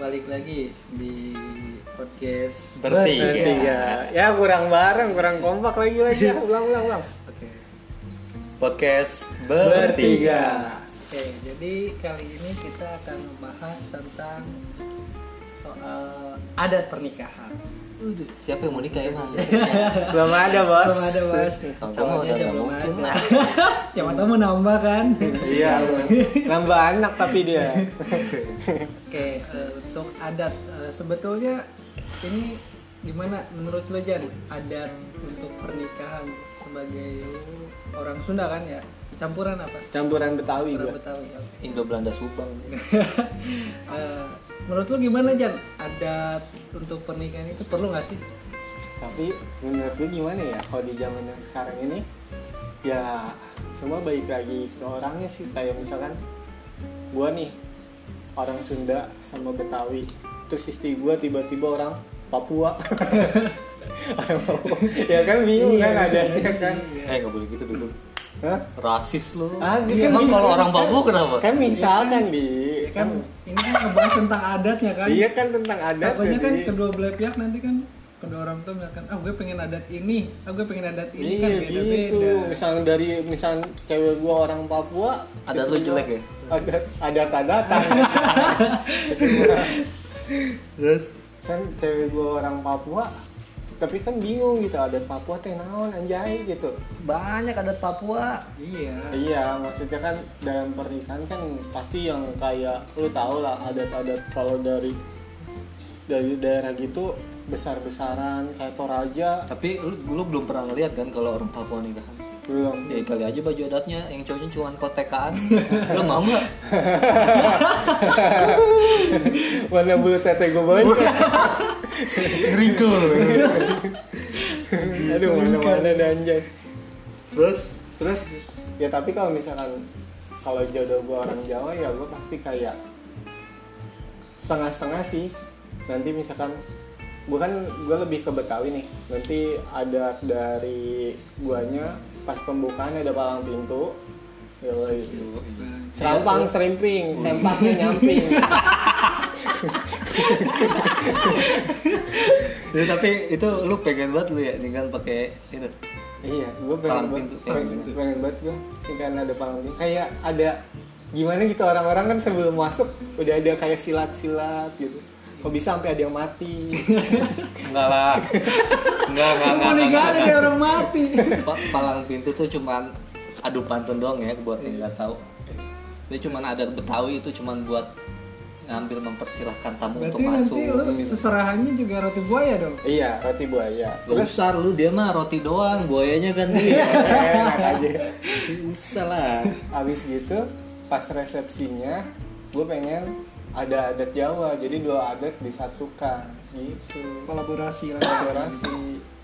balik lagi di podcast Bertiga. Bertiga. Ya kurang bareng, kurang kompak lagi lagi. Ya. Ulang, ulang, ulang. Oke. Podcast bertiga. Oke, jadi kali ini kita akan membahas tentang soal adat pernikahan. Siapa yang mau nikah emang? Belum ada bos. Belum ada mas. Kamu Calonnya udah aja nggak belum mungkin ada. lah. Siapa tahu mau nambah kan? Iya. Bos. Nambah anak tapi dia. Oke, eh, untuk adat eh, sebetulnya ini gimana menurut lo Jan adat untuk pernikahan sebagai lu orang Sunda kan ya campuran apa? Campuran Betawi Orang gue. Betawi. oke. Indo Belanda Subang. Eh, menurut lo gimana Jan adat untuk pernikahan itu perlu nggak sih? Tapi menurut gue gimana ya kalau di zaman yang sekarang ini ya semua baik lagi ke orangnya sih kayak misalkan gue nih orang Sunda sama Betawi terus istri gue tiba-tiba orang Papua orang Papua ya kan bingung Iya, bisa kan ada jadi kan sih, Eh nggak boleh gitu dulu. Hah? Rasis lo. Iya, Ah, gitu Emang kan kalau gitu orang kan. Papua kenapa? Kan misalkan di kan Ini kan ngebahas tentang adatnya kan? iya kan tentang adat Takutnya kan jadi- kedua belah pihak nanti kan kedua orang tua misalkan ah gue pengen adat ini, ah gue pengen adat ini Iya kan gitu. beda-beda. Misal dari misal cewek gua orang Papua, Adat lu jelek ya? Ada ada tanda Terus Misal Kan cewek gua orang Papua, tapi kan bingung gitu adat Papua teh naon anjay gitu. banyak adat Papua. Iya. Iya, maksudnya kan dalam pernikahan kan pasti yang kayak lu tau lah adat-adat kalau dari dari daerah gitu besar-besaran kayak Toraja Tapi lu, lu belum pernah ngeliat kan kalau orang Papua nikahan? belum Ya kali aja baju adatnya yang cowoknya cuma kotekaan. lu mau nggak? Warna bulu tete gue banyak. Wrinkle. Aduh, mana-mana ada anjay. Terus Terus ya tapi kalau misalkan kalau jodoh gue orang Jawa ya gue pasti kayak setengah-setengah sih. Nanti misalkan gue kan gue lebih ke Betawi nih. Nanti ada dari guanya pas pembukaan ada palang pintu. Yoi. Serampang, serimping, sempaknya nyamping. Ya, tapi itu lu pengen banget lu ya ninggal pakai itu. Iya, gue pengen Palang banget, pintu, palang pengen, pengen banget gue karena ada palang pintu. Kayak ada gimana gitu orang-orang kan sebelum masuk udah ada kayak silat-silat gitu. Kok bisa sampai ada yang mati? Enggak lah. Enggak, enggak, Mau nikah ada dia orang mati. Pa- palang pintu tuh cuman adu pantun doang ya buat yang nggak tahu itu cuman adat Betawi itu cuman buat ngambil mempersilahkan tamu untuk Berarti masuk gitu. nanti lu seserahannya juga roti buaya dong. iya, roti buaya. Gak usah lu dia mah roti doang buayanya kan dia Enak aja. usah lah Abis gitu pas resepsinya gue pengen ada adat Jawa. Jadi dua adat disatukan gitu. Kolaborasi lah. Kolaborasi.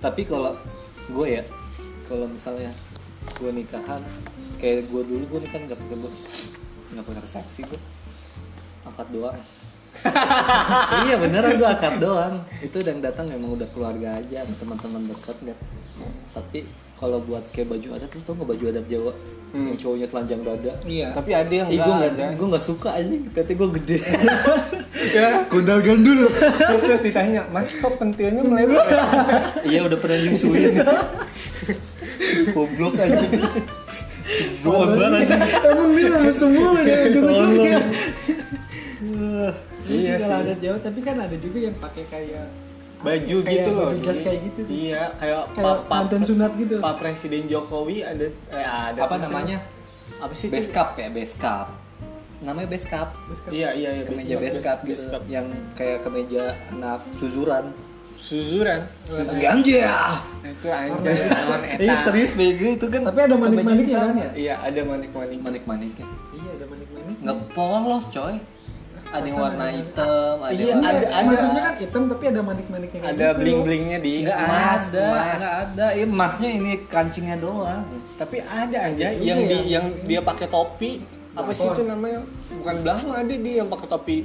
tapi kalau gue ya kalau misalnya gue nikahan kayak gue dulu gue nikahan nggak pakai gue nggak pakai resepsi gue akad doang iya beneran gue akad doang itu yang datang memang udah keluarga aja sama teman-teman dekat kan tapi kalau buat kayak baju adat lu tau nggak baju adat jawa yang cowoknya telanjang dada Iya. Tapi ada yang Ih, gue enggak Hmm. nggak ada. gue nggak suka aja katanya gue gede kondal gandul Terus, terus ditanya, Mas kok pentilnya melebar? ya?" Iya udah pernah nyusuin Goblok aja Goblok banget aja Emang dia sama semua dia ujung-ujungnya. Iya Iya sih. sih. adat Jawa, tapi kan ada juga yang pakai kayak baju Kayak gitu loh baju jas kayak gitu tuh. iya kayak kayak pa- pa- mantan sunat gitu. Pak Presiden Jokowi ada eh, ada Apa maksudnya- namanya? apa sih Base cup ya base cup Namanya base cup Terus kan- iya iya iya Kemeja base base cup, cup base gitu cup. Yang kayak kemeja anak suzuran suzuran Ganja itu anjay lawan Iya eta serius bego itu kan Tapi ada manik-maniknya kemejanya kan sama. ya? iya ada manik manik Manik maniknya Iya, ada manik-manik. Nggak polos coy Ada yang warna hitam Ada Iya, yang warna ada- ada. Maksudnya kan hitam tapi ada manik-maniknya kayak ada gitu. bling blingnya di Nggak emas ada, emas nggak ada. Ya, emasnya ini kancingnya doang. tapi ada anjay Iya, yang di iya. yang dia pakai topi apa sih itu namanya bukan belakang ada dia yang pakai topi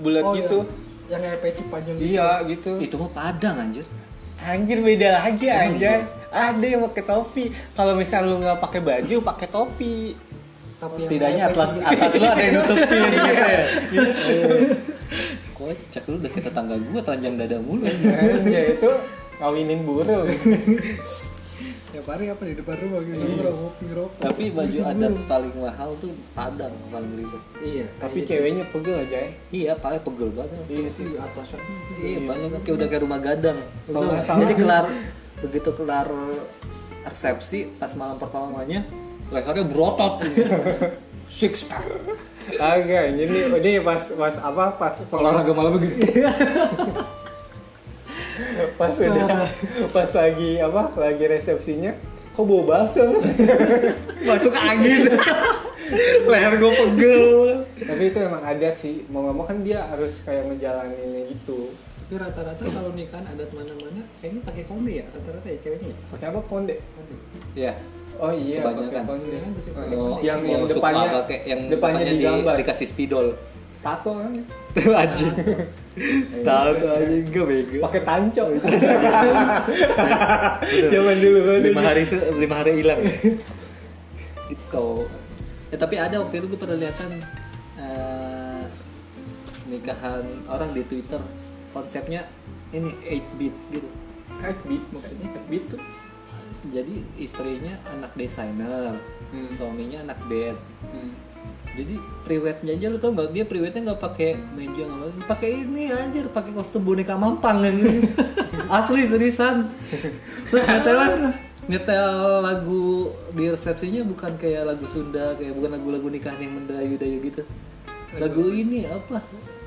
bulat Oh, gitu iya. Yang kayak peci panjang gitu. iya gitu Itu mah Padang anjir. Anjir beda lagi anjay. Ada yang pakai topi. Kalau misal lu nggak pakai baju, pakai topi. Tapi yang Setidaknya kayak atas peci- Iya. atas lu ada yang nutupin gitu ya. Kok cek lu deket tetangga gue telanjang dada mulu ya itu ngawinin burung Tiap hari apa di depan rumah gitu nongkrong ngopi ngerokok. tapi baju adat paling mahal tuh padang paling ribet Iya. tapi ceweknya pegel aja ya iya pakai pegel banget Iya. Itu atasan. iya banyak kayak udah kayak rumah gadang Kalau Tau nggak nggak? salah- jadi kelar begitu kelar resepsi pas malam pertamanya lehernya berotot six pack kagak jadi ini pas pas apa pas olahraga malam gitu. begini pas udah pas lagi apa lagi resepsinya kok bau balsam masuk angin leher gue pegel tapi itu emang adat sih mau ngomong kan dia harus kayak ngejalanin itu Tapi rata-rata kalau nikahan adat mana-mana kayaknya pakai konde ya rata-rata ya ceweknya. ya? pakai apa konde Konde. ya oh iya pakai Kebanyakan. konde Kan pasti pakai Oh, konde. yang yang Mau suka depannya pakai- yang depannya, depannya, digambar di, dikasih spidol tato kan anjing tahu Iya. anjing gue bego pakai tancok zaman dulu kan lima hari se- lima hari hilang gitu ya, tapi ada waktu itu gue pernah lihatan eh, nikahan orang di twitter konsepnya ini 8 bit gitu beat maksudnya beat tuh jadi istrinya anak desainer Hmm. suaminya anak band jadi priwetnya aja lu tau nggak dia priwetnya nggak pakai kemeja nggak pakai pakai ini anjir pakai kostum boneka mampang yang ini. asli seriusan terus nyetel nyetel lagu di resepsinya bukan kayak lagu Sunda kayak bukan lagu-lagu nikahan yang mendayu-dayu gitu lagu ini apa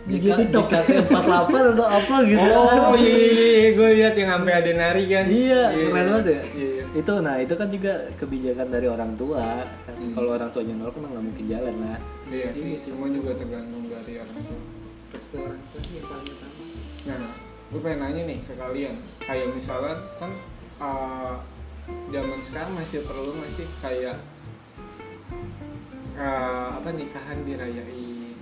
DJ TikTok. JKT 48 atau apa gitu oh iya iya iya gue lihat yang sampai ada nari kan Iya, keren banget ya. Iya, iya. Itu nah itu kan juga kebijakan dari orang tua. Kan Kalau orang tuanya nol kan nggak mungkin jalan lah. Iya sih, semua juga tergantung dari orang tua. Restoran tuh yang paling utama. Nah, gue pengen nanya nih ke kalian. Kayak misalnya kan uh, zaman sekarang masih perlu masih kayak uh, apa nikahan dirayain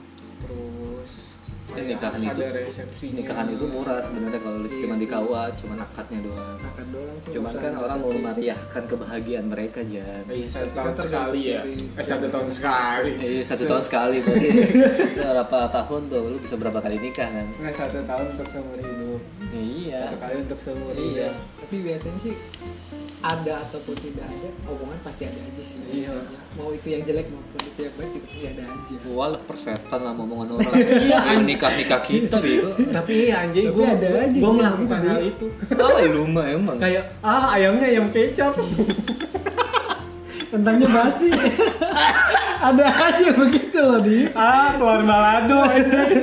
terus Ya, kayak nikahan harus itu ada resepsinya. nikahan itu murah sebenarnya kalau Iya cuma di sih. KUA cuma akadnya doang. Makan doang sih, Cuman nggak kan usah orang mau Iya, resepsi. memeriahkan kebahagiaan mereka Jan. Eh, satu tahun Kita sekali ya. tergantung dari- Eh, satu tahun sekali. Eh, satu tahun sekali berarti berapa tahun tuh lu bisa berapa kali nikah kan? Nggak satu tahun untuk seumur hidup. Iya. Satu kali untuk seumur Iya, hidup. tapi biasanya sih ada ataupun tidak ada omongan pasti ada aja sih. Iya. biasanya. Mau itu yang jelek maupun itu yang baik itu pasti ada aja. Wal persetan lah omongan orang. Iya, nikah nikah kita bego. Tapi iya, anjing Tapi gue ada aja gue gitu, melakukan gitu. hal itu. Apa lu mah emang? Kayak ah ayamnya ayam kecap. Tentangnya basi. ada aja begitu loh di. ah keluar balado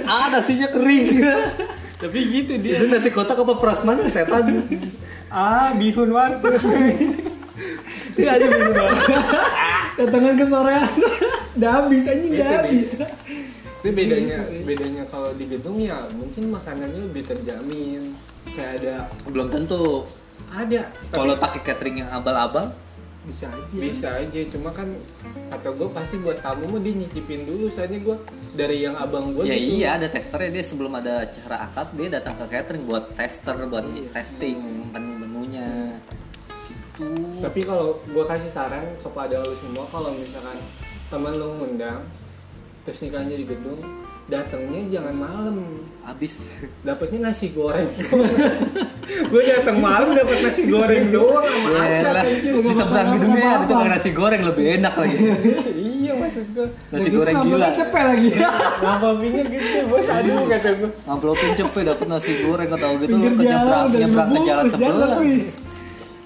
Ah, nasinya kering. tapi gitu dia Itu nasi kotak apa prasmanan setan? ah bihun warteg Iya aja bingung banget. Datangan kesorean. udah habis anjing udah Itu dia. habis. tapi bedanya Gitu sih. bedanya kalau di gedung ya mungkin makanannya lebih terjamin kayak ada Belum tentu. Ada. Kalau pakai catering yang abal-abal, Bisa aja. bisa aja cuma kan kata gue pasti buat tamu mah dia nyicipin dulu soalnya gue dari yang abang gue ya iya ada testernya dia sebelum ada acara akad dia datang ke catering buat tester buat testing menu-menunya. Gitu. tapi kalau gue kasih saran kepada lu semua kalau misalkan teman lu ngundang terus nikahnya di gedung datangnya jangan malam Abis. dapatnya nasi goreng gue datang malam dapat nasi goreng doang sama acar Yalah, anjing. Iya, di seberang gedungnya itu nasi goreng lebih enak lagi. iya maksud gue Nasi goreng gila. Namanya gitu cepet lagi. apa pinggir gitu bos aduh kata gue Amplopin cepet dapet nasi goreng atau gitu lu Pinggir ke nyebrang jalan udah nyebrang ke jalan dibungkus, jalan, sebelah. wih.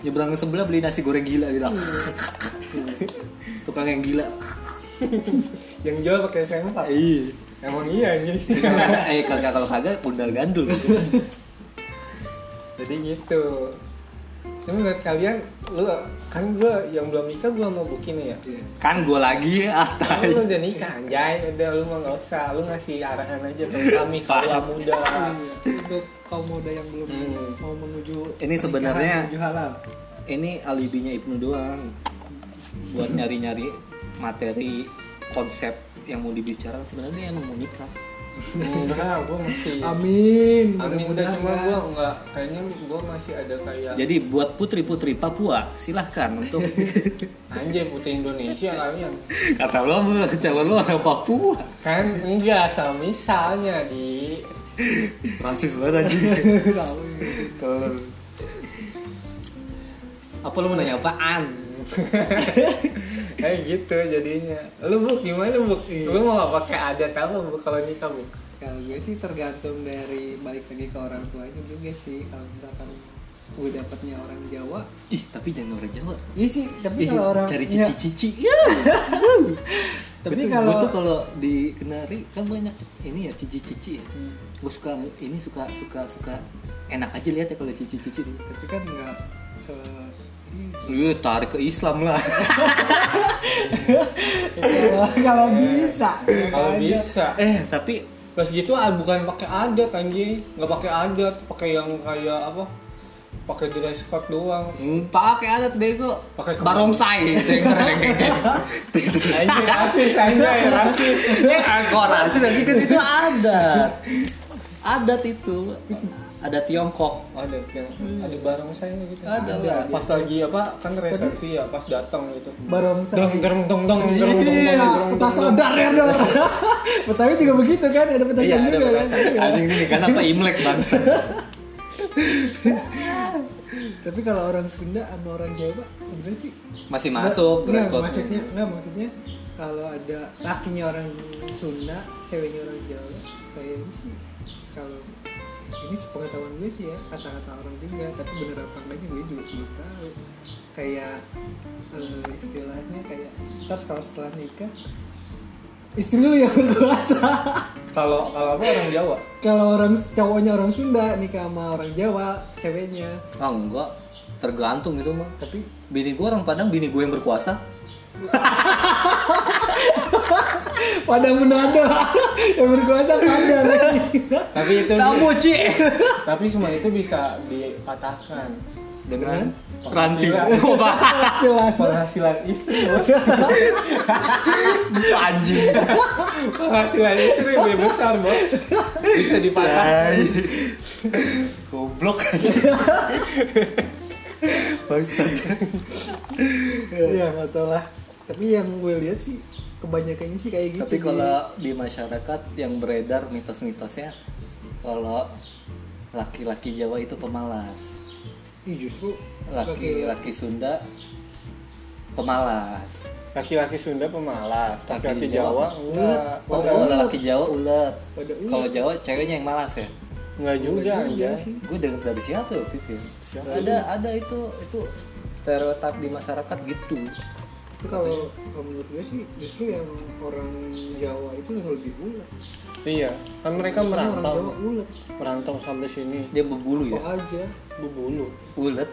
Nyebrang ke sebelah beli nasi goreng gila gitu. Tukang yang gila. yang jual pakai sempak Iya. emang iya anjing eh kagak kalau kagak undal gandul jadi gitu Cuma menurut kalian, lu kan gue yang belum nikah gue mau bukin ya. Kan kan gue lagi ah tai. Lu udah nikah anjay, udah lu mah nggak usah, lu ngasih arahan aja ke kami kalau muda. Iya, Untuk kaum muda yang belum Hmm. mau menuju Ini pernikahan, sebenarnya- menuju halal. ini alibinya ibnu doang buat nyari nyari materi konsep yang mau dibicarakan sebenarnya emang mau nikah Enggak, gue masih. Amin. Amin udah Mudah-mudahan. cuma ya. gue nggak, kayaknya gue masih ada kayak jadi buat putri putri Papua silahkan untuk anjay putih Indonesia ya. kalian. kata lo calon lo orang Papua Kan enggak, misal misalnya di rasis banget aja Tahu. telur apa lu mau nanya apaan kayak gitu jadinya lu buk gimana buk lu mau pakai adat apa buk kalau nikah buk Iya. Kalau gue sih tergantung dari balik lagi ke orang tuanya juga sih kalau misalkan gue dapatnya orang Jawa ih tapi jangan orang Jawa Iya sih, tapi Ih, kalau orang cari ya, cici-cici tapi Betul, kalau gua tuh kalau di Kenari kan banyak ini ya cici-cici ya. Gue suka ini suka suka suka enak aja lihat ya kalau cici-cici tuh. tapi kan nggak se Iya, tarik ke Islam lah. Kalau- kalau bisa kalau makanya. bisa eh, tapi Terus gitu ah, bukan pakai adat anjing, nggak pakai adat, pakai yang kayak apa? Pakai dress code doang. mm, pakai adat bego. Pakai kebaya. barongsai. Anjing rasis, anjing rasis. Eh, kok rasis nanti kan itu adat. Adat itu ada Tiongkok. Ada yang ada barang saya gitu. Ada lah. Pas lagi apa? Kan resepsi ya, pas datang gitu. barongsai Dong dong dong dong dong dong Iya, dong peta sadar ya dong. Betawi juga begitu kan, ada petasan Iya, ada juga kan. barongsai. Iya. Anjing ini kan apa Imlek bangsa. Tapi kalau orang Sunda sama orang Jawa sebenarnya sih Masih Nah, masuk dress nggak, code. maksudnya nggak maksudnya kalau ada lakinya orang Sunda, ceweknya orang Jawa, kayaknya sih kalau ini sepengetahuan gue sih ya kata-kata orang juga, tapi bener apa enggaknya gue juga belum tahu. Kayak eh, istilahnya kayak terus kalau setelah nikah istri lu yang berkuasa. Kalau kalau apa orang Jawa? kalau orang cowoknya orang Sunda nikah sama orang Jawa ceweknya Ah, enggak. Tergantung itu mah. tapi Bini gue orang Padang, bini gue yang berkuasa. pada Manado yang berkuasa pada lagi Tapi itu Kamu, Ci. tapi semua itu bisa dipatahkan Dengan ranting. Ranting. celana penghasilan istri. loh. Iya, Anjing. Penghasilan istri lebih besar, Bos. Bisa dipatahkan. Goblok aja. Bangsat. ya nggak tau lah tapi yang gue lihat sih kebanyakannya sih kayak gitu Tapi kalau di masyarakat yang beredar mitos-mitosnya kalau laki-laki Jawa itu pemalas. Ji. Ih, justru Laki-laki Sunda pemalas. Laki-laki Sunda pemalas, laki-laki Laki-laki Jawa Jawa. enggak, Oh, enggak, kalau laki Jawa ulet. Pada ulet. Kalau Jawa ceweknya yang malas ya. enggak juga juga anjay. sih. Gue denger dari siapa waktu itu ya? Siapa? Ada, ada itu, itu stereotip di masyarakat gitu. tapi kalau kalau menurut gue sih justru yang orang Jawa itu yang lebih ulet Iya, kan mereka orang Jawa merantau, ulet merantau sampai sini, Dia berbulu ya? kok aja bubulu. Oh. Ulet.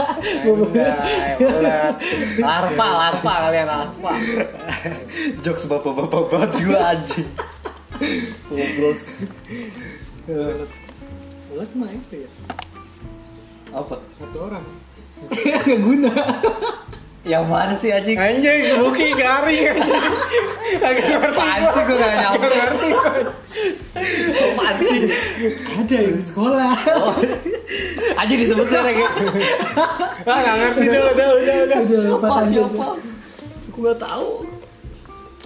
Anjay, ulat. Larva, larva kalian larva. Jokes bapak-bapak banget gue anjing. Goblok. Iya. ulet mah itu ya Apa? satu orang Iya, nggak guna Yang mana sih anjing? Anjay, Buki garing anjay. Agak ngerti. Apaan sih gue gak nyampe? Apaan sih? ada yang di sekolah Anjing disebutnya lagi. Ah, enggak ngerti udah, udah, udah, udah. Ada Iya, Siapa, lepas aja. siapa? Gue gak tau.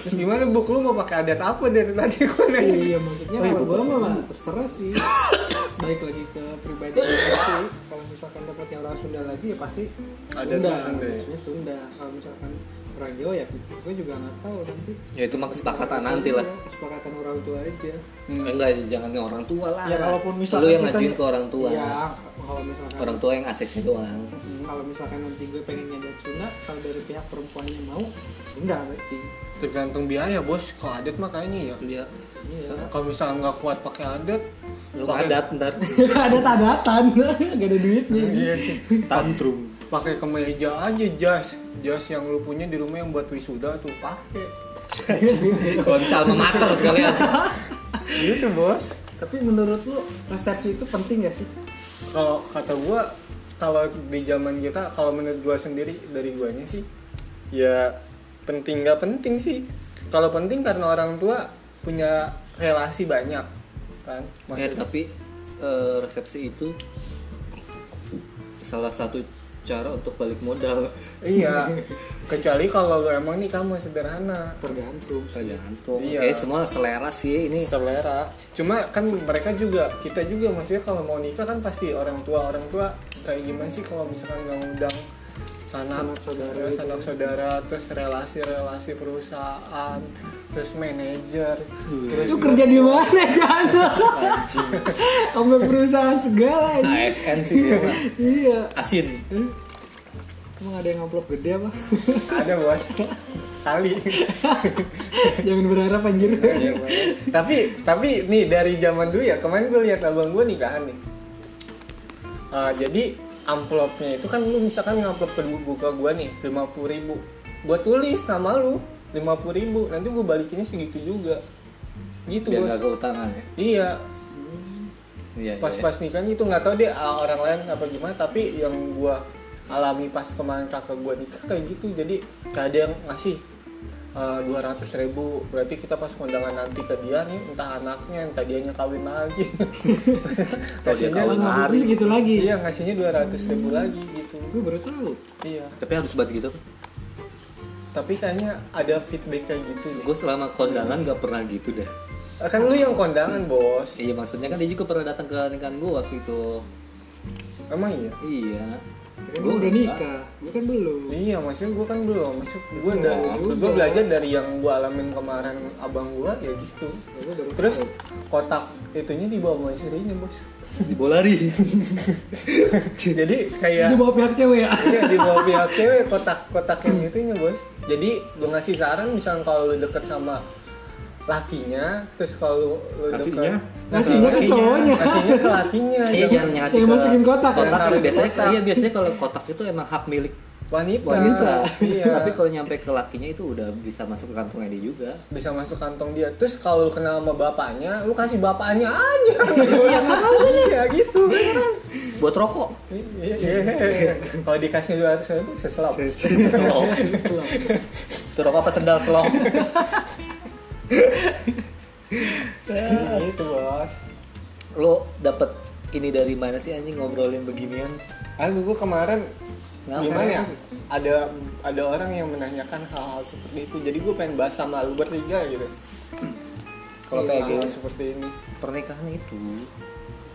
Terus gimana Buk lu mau pakai adat apa dari tadi gua nanya? Iya maksudnya Oh, kalau gue mah terserah sih. Baik lagi ke pribadi gue sih. Kalau misalkan dapat yang orang Sunda lagi ya pasti Ada Sunda. tuh Sunda ya? Biasanya Sunda. Kalau misalkan orang Jawa ya gue juga nggak tahu nanti. Ya itu mah kesepakatan nanti lah. Eh, Iya, Kesepakatan orang tua aja. Enggak, jangan ke orang tua lah. Ya kalaupun misalkan Lu yang kita- ngajuin ke orang tua. Iya. Kalau misalkan Orang tua yang ACC doang. Hmm, kalau misalkan nanti gue pengen adat Sunda, kalau dari pihak perempuannya mau Sunda berarti. Tergantung biaya, Bos. Kalau adat mah kayaknya ya. Iya. Iya. Kalau misalnya nggak kuat pakai adat, Lu pakai- adat ntar ada tadatan, gak ada duitnya. Iya sih. tantrum. pakai kemeja aja jas jas yang lu punya di rumah yang buat wisuda tuh pakai Konsal memater sekalian. gitu bos Tapi menurut lu resepsi itu penting gak sih? kalau kata gua kalau di zaman kita kalau menurut gua sendiri dari guanya sih ya penting nggak penting sih kalau penting karena orang tua punya relasi banyak kan Ya, maksudnya tapi eh, resepsi itu salah satu cara untuk balik modal iya kecuali kalau lu emang nih kamu sederhana tergantung tergantung Iya. oke semua selera sih ini selera cuma kan mereka juga kita juga maksudnya kalau mau nikah kan pasti orang tua orang tua kayak gimana sih kalau misalkan nggak ngundang sanak saudara sanak saudara terus relasi relasi perusahaan terus manajer terus itu kerja di mana Jano sampai perusahaan segala ini ASN sih dia mah. iya asin emang ada yang ngoplok gede apa ada bos kali jangan berharap anjir iya. tapi tapi nih dari zaman dulu ya kemarin gue lihat abang gue nikahan nih Ah, jadi amplopnya itu kan lu misalkan ngamplop ke buka gue nih 50.000 ribu gue tulis nama lu 50.000 ribu nanti gue balikinnya segitu juga gitu biar bos nggak keutangan ya iya Iya, iya, iya. pas-pas nikah gitu nggak tahu deh ah, orang lain apa gimana tapi yang gue alami pas kemarin kakak gue nikah kayak gitu jadi kayak ada yang ngasih ah, dua ratus ribu berarti kita pas kondangan nanti ke dia nih entah anaknya entah dianya kawin lagi Kalau dia Ngasihnya- kawin Lama lari. habis gitu lagi iya ngasihnya dua ratus ribu lagi gitu gue baru tahu iya tapi harus buat gitu tapi kayaknya ada feedback kayak gitu deh gue selama kondangan nggak pernah gitu dah kan lu yang kondangan bos iya maksudnya kan dia juga pernah datang ke nikahan gue waktu itu emang iya iya kan gue udah nikah gue kan belum Iya, maksudnya gue kan belum, maksud gue dari gue belajar dari yang gue alamin kemarin abang gue ya gitu. Ya, gua baru Terus kotak itunya dibawa sama istrinya bos. di bolari tahu. Jadi itu kayak bawa pihak cewek ya iya, dibawa pihak cewek kotak-kotak yang itunya bos. Jadi gue ngasih saran misalnya kalau lu deket sama lakinya, terus kalau lu deket Ngasihnya? Ngasihnya ke cowoknya. ngasihnya ke lakinya, gitu. iya jangan jangan ngasih Yang ke masukin kotak ya? kotak Taruh di biasanya kotak. iya biasanya kalau kotak itu emang hak milik wanita. wanita Iya. tapi kalau nyampe ke lakinya itu udah bisa masuk ke kantongnya dia juga bisa masuk kantong dia terus kalau lu kenal sama bapaknya lu kasih bapaknya aja iya gitu beneran. buat rokok Iya, iya, iya. kalau dikasih dua ratus ribu seselap Iya. selong itu rokok apa sendal selong gitu bos lo dapet ini dari mana sih anjing ngobrolin beginian aduh gua kemarin Kenapa? gimana ya ada ada orang yang menanyakan hal-hal seperti itu jadi gue pengen bahas sama lu bertiga gitu kalau kayak gini Hal-hal seperti ini pernikahan itu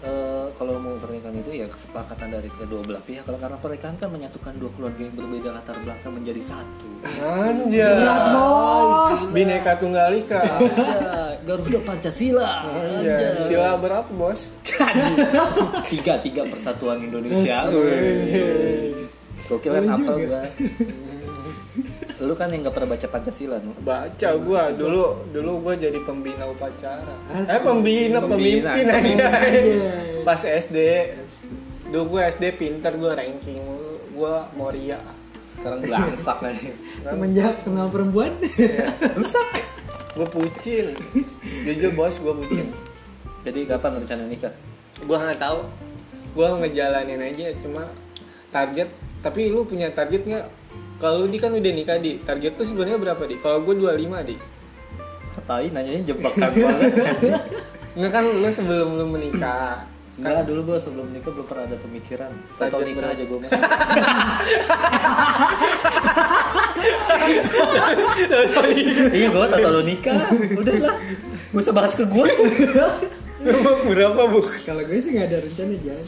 eh, kalau mau pernikahan itu ya kesepakatan dari kedua belah pihak kalau karena pernikahan kan menyatukan dua keluarga yang berbeda latar belakang menjadi satu anjay bos. bineka tunggal ika Anjay, Garuda Pancasila Oh, Anjay. Anjay. sila berapa bos tiga tiga persatuan Indonesia Anjay. gokil kan apa gua lu kan yang gak pernah baca Pancasila nu baca gua dulu dulu gua jadi pembina upacara eh Asik. pembina Iya, Pembina, pemimpin pemimpin. aja pas SD dulu gua SD pinter gua ranking mulu. gua Moria sekarang belangsak aja semenjak kenal perempuan rusak gua pucin jujur bos gua pucin jadi kapan rencana nikah gua nggak tahu gua ngejalanin aja cuma target tapi lu punya target nggak kalau di kan udah nikah di target tuh sebenarnya berapa di kalau gua 25 di Katain nanyanya jebakan banget anjing. nggak kan lu sebelum lu menikah Enggak, dulu gue sebelum nikah belum pernah ada pemikiran Atau Target nikah berapa? aja gue mah Iya gue tau lo nikah Udah lah Gak usah bahas ke gue Emang berapa bu kalau gue sih nggak ada rencana jalan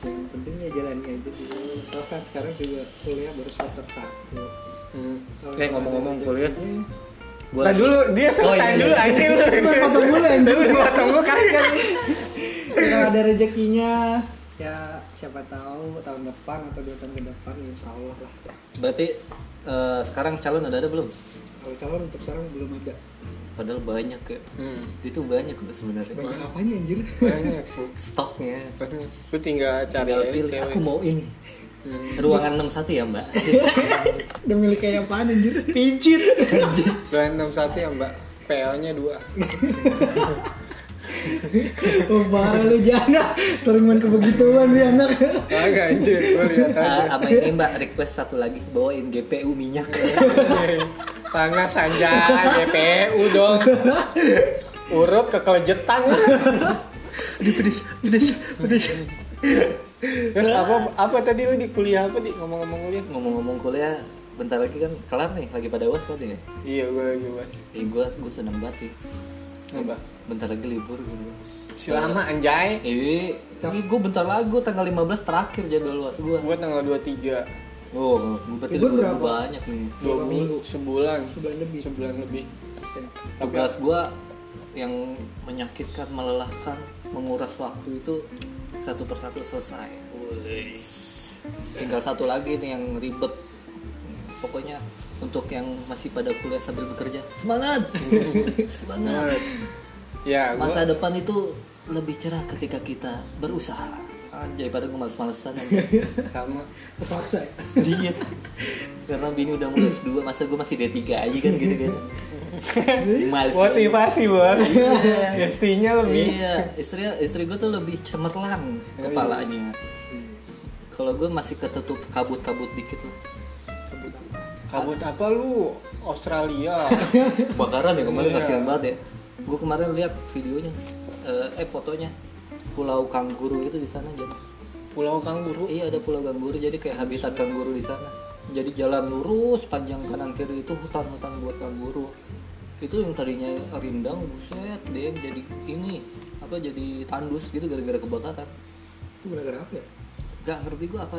yang penting ya jalani aja dulu Tau kan sekarang juga kuliah baru semester satu Hmm. Kalau Eh, ngomong-ngomong ada kuliah. rencana, Gua Nah dulu dia Oh, iya, selesai iya. dulu anjing lu. Cuma potong Eh, dulu, anjing. Lu dipotong lu kagak. kalau ada rezekinya ya siapa tahu tahun depan atau dua tahun ke depan insya Allah lah Berarti eh, sekarang calon ada ada belum? kalau calon untuk sekarang belum ada Padahal banyak ya Itu banyak loh sebenarnya banyak apanya anjir Banyak bu. Stoknya Lu tinggal cari Tinggal aja pilih, cewek. aku mau ini Hmm. Ruangan 61 ya mbak? udah milih kayak apaan anjir Pijit Bulan 61 ya mbak. PL-nya dua. oh parah lu jana turunan kebegituan lu anak Agak anjir gue lihat aja. Ah, Sama ini mbak request satu lagi Bawain GPU minyak Panas aja DPU dong. Urup kekelejetan. Udah pedes, pedes, pedes Terus apa apa tadi lu di kuliah apa di ngomong-ngomong kuliah? Ngomong-ngomong kuliah, bentar lagi kan kelar nih, lagi pada uas kan ya. Iya gue lagi buat Eh gue gue seneng banget sih. Apa? Bentar lagi libur gitu. Si lama anjay. Eh, tapi gue bentar lagi gue tanggal 15 terakhir jadwal uas gue. Gue tanggal 23 Oh, gue berarti Libur libur berapa? banyak nih. dua Dua minggu minggu. sebulan Sebulan lebih. sebulan lebih Tapi- Tugas gue yang menyakitkan, melelahkan, menguras waktu itu satu persatu selesai. Tinggal satu lagi nih yang ribet. Pokoknya untuk yang masih pada kuliah sambil bekerja, semangat, semangat. ya gua- Masa depan itu lebih cerah ketika kita berusaha. Anjay, pada gue males-malesan sama Terpaksa. ya? Iya. Karena bini udah mulai S2, masa gue masih D3 aja kan gitu kan. Males. motivasi bos pastinya lebih Iya, istri istri gue tuh lebih cemerlang kepalanya. Kalau gue masih ketutup kabut-kabut dikit loh. kabut apa lu Australia Kebakaran ya kemarin Iya. kasihan banget ya. Gue kemarin lihat videonya, eh, eh fotonya Pulau Kangguru itu di sana jadi. pulau kanguru Iya ada Pulau Kangguru jadi kayak habitat kangguru di sana. Jadi jalan lurus panjang kanan kiri itu hutan-hutan buat kangguru. Itu yang tadinya rindang buset deh jadi ini apa jadi tandus gitu gara-gara kebakaran. Itu gara-gara apa ya? Gak ngerti gue apa.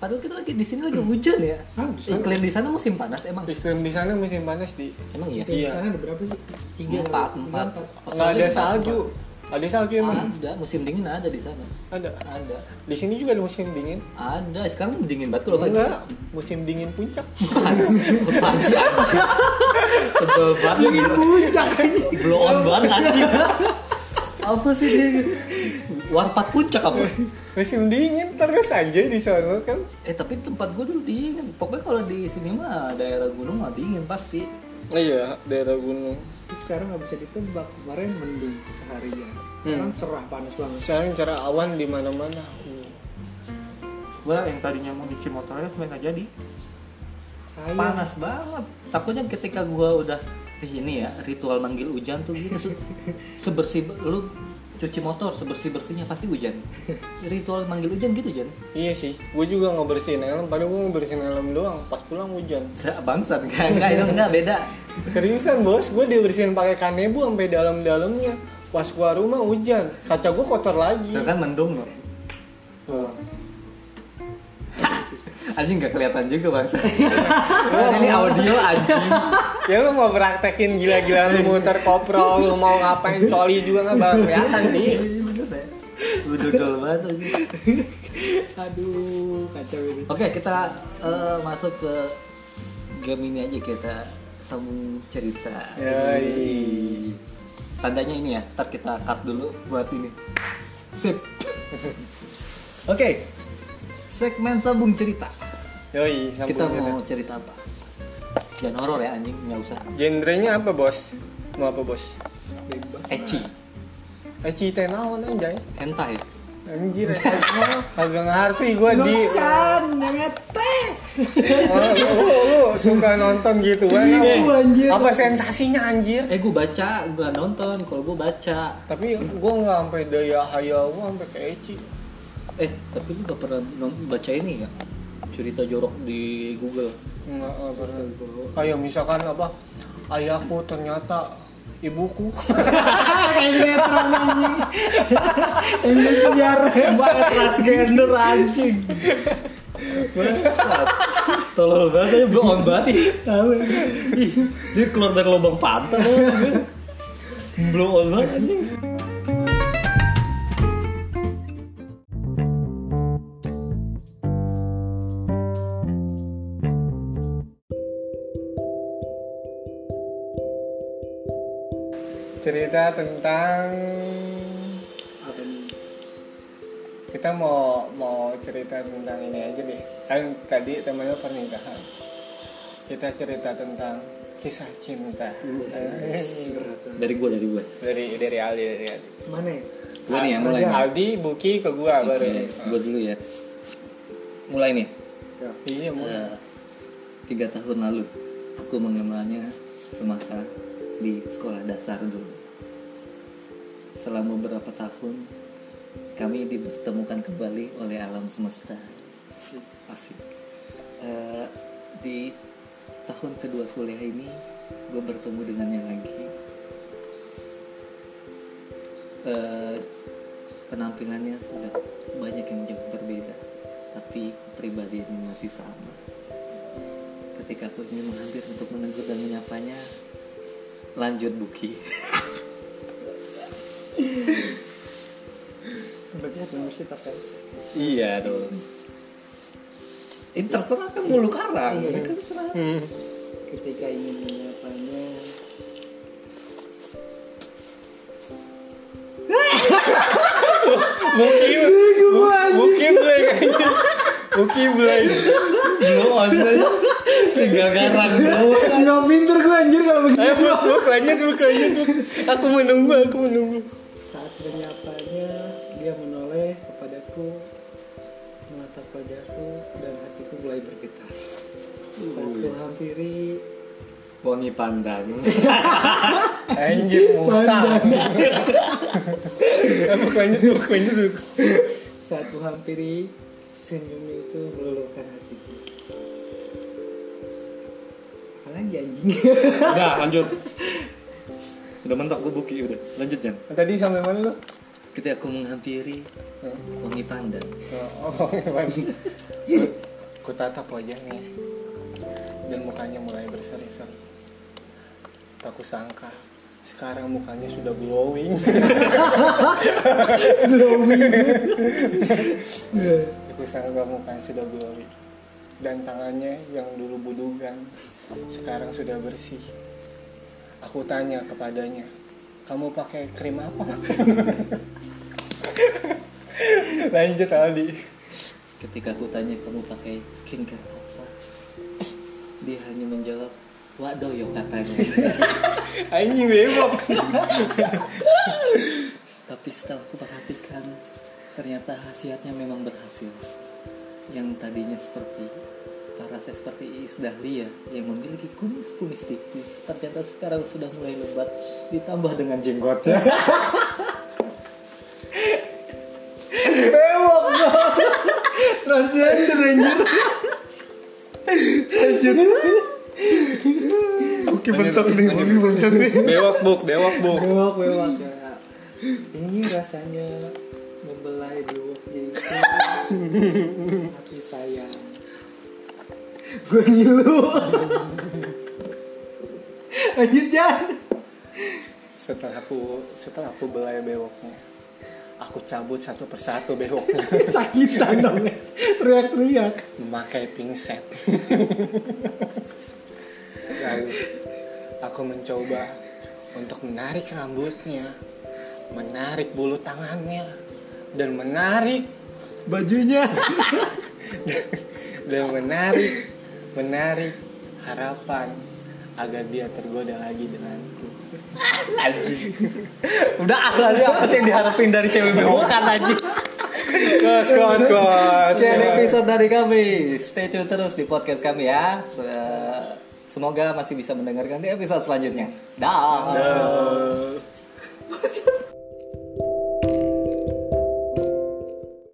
Padahal kita lagi di sini lagi hujan ya. Hah, di sana? Iklim di sana musim panas emang. iklim di sana musim panas di Emang Ya, iya. Di sana ada berapa sih? Iya. Tiga Empat, apa? empat. nggak ada salju ada salju emang Ada musim dingin ada di sana. ada Ada. di sini juga ada musim dingin Ada. Sekarang dingin banget kalau pagi. enggak musim dingin puncak Pagi aja. Sebel banget. Ini puncak ini. Blow on banget anjing. apa sih dia? Warpat puncak apa? musim dingin terus aja di sana kan Eh tapi tempat gue dulu dingin. Pokoknya kalau di sini mah daerah gunung mah dingin pasti. iya daerah gunung Terus sekarang nggak bisa ditebak. Kemarin mendung seharian. Sekarang Hmm. cerah panas banget. sekarang cara awan di mana mana Gue yang tadinya mau nyuci motornya sebenarnya jadi. Sayang. panas banget takutnya ketika gua udah "Ih, ini ya ritual manggil hujan tuh gitu se- sebersih lu cuci motor sebersih bersihnya pasti hujan ritual manggil hujan gitu Jan Iya sih, gue juga ngebersihin helm, padahal gue ngebersihin helm doang, pas pulang hujan Nggak, bangsat enggak enggak itu enggak beda Seriusan bos, gue dibersihin pakai kanebo sampai dalam-dalamnya Pas keluar rumah hujan, kaca gue kotor lagi itu kan mendung loh Tuh. anjing nggak kelihatan juga bangsa ini audio anjing Ya lu mau praktekin gila-gila lu muter koprol, lu mau ngapain coli juga nggak bakal kelihatan di Iya, bener ya Bedudul banget anjing. Aduh, kacau ini. oke kita eh, masuk ke game ini aja kita sambung cerita Ya. Yoi. tandanya ini ya ntar kita cut dulu buat ini sip oke segmen sambung cerita Yoi, kita sambung mau cerita apa jangan horor ya anjing nggak usah Genrenya apa bos? Mau apa bos? Bebas. ecchi Eh cita naon anjay hentai Anjir, eh, kagak ngerti gue di Macan, ngeteh. Oh, lu, lu, lu suka nonton gituan apa? Iya, anjir. apa sensasinya anjir eh gue baca gue nonton kalau gue baca tapi gua nggak sampai daya hayau sampai ke Eci eh tapi lu gak pernah nom- baca ini ya cerita jorok di Google nggak nggak pernah kayak misalkan apa ayahku ternyata ibuku Ah, Kayak sinetron anjing. Ini sejarah. Mbak transgender anjing Tolol banget ya, bohong banget ya. Tahu. Ih, dia keluar dari lubang pantat loh. Blow on banget anjing. cerita tentang Apa ini? kita mau mau cerita tentang ini aja deh kan tadi temanya pernikahan kita cerita tentang kisah cinta Dari gua dari gua. dari dari Aldi dari Aldi Mana ya? Gua nih yang mulai. Aldi Buki ke gua baru Oke, Gua dulu ya. Mulai nih. iya mau Eh, Tiga tahun lalu aku mengenalnya semasa di sekolah dasar dulu. Selama beberapa tahun Kami dipertemukan kembali oleh alam semesta. Asik. Eh, di tahun kedua kuliah ini, gue bertemu dengannya lagi. Eh, penampilannya sudah banyak yang jauh berbeda, tapi pribadinya masih sama. Ketika aku ingin menghampir untuk menegur dan menyapanya, lanjut Buki. Berarti satu universitas kan? Iya dong. Ini terserah kan mulu karang, Iya. ini kan terserah. Ketika ingin menyapanya Mukim, mukim mulai kayaknya. Mukim mulai. Belum ada tinggal karang doang. Nggak pinter gue anjir kalau Ayo begini bu, bu lanjut, bu lanjut. Bu. Aku menunggu, aku menunggu. Saat menyapanya dia menoleh kepadaku Menatap wajahku dan hatiku mulai bergetar Saat ku hampiri Wangi pandan. Anjir, musang. Aku lanjut, bu lanjut, bu. Saat ku hampiri senyum itu meluluhkan hatiku Apalagi anjing Udah lanjut. Udah mentok gue Buki udah. Lanjut Jan. Tadi sampai mana lu? Ketika aku menghampiri wangi pandan. Oh, Ku tatap wajahnya dan mukanya mulai berseri-seri. Tak kusangka sekarang mukanya sudah glowing. glowing. Aku sangka mukanya sudah glowing dan tangannya yang dulu budugan sekarang sudah bersih. Aku tanya kepadanya, kamu pakai krim apa? Lanjut Aldi. Ketika aku tanya kamu pakai skincare apa, dia hanya menjawab Wadoyo katanya. Anjing bebok. Tapi setelah aku perhatikan, ternyata khasiatnya memang berhasil. Yang tadinya seperti parasnya seperti Iis Dahlia yang memiliki kumis-kumis tipis, ternyata sekarang sudah mulai lebat, ditambah dengan jenggotnya. Bewok dong. Transgender anjir Oke bentuk nih, oke bentuk nih. Bewok buk, bewok buk. Bewok bewok ya. Ini rasanya membelai bewoknya itu Tapi sayang Gue ngilu Lanjut Jan Setelah aku setelah aku belai bewoknya, aku cabut satu persatu bewoknya Sakitan dong ya. Teriak-teriak memakai pingset. Lalu aku mencoba untuk menarik rambutnya, menarik bulu tangannya, dan menarik Bajunya. dan menarik menarik harapan agar dia tergoda lagi denganku. Udah ah, ini apa sih yang diharapin dari cewek bewokan aja. Kos kos kos. Sekian episode dari kami. Stay tune terus di podcast kami ya. Se- Semoga masih bisa mendengarkan di episode selanjutnya. Dah. Eh,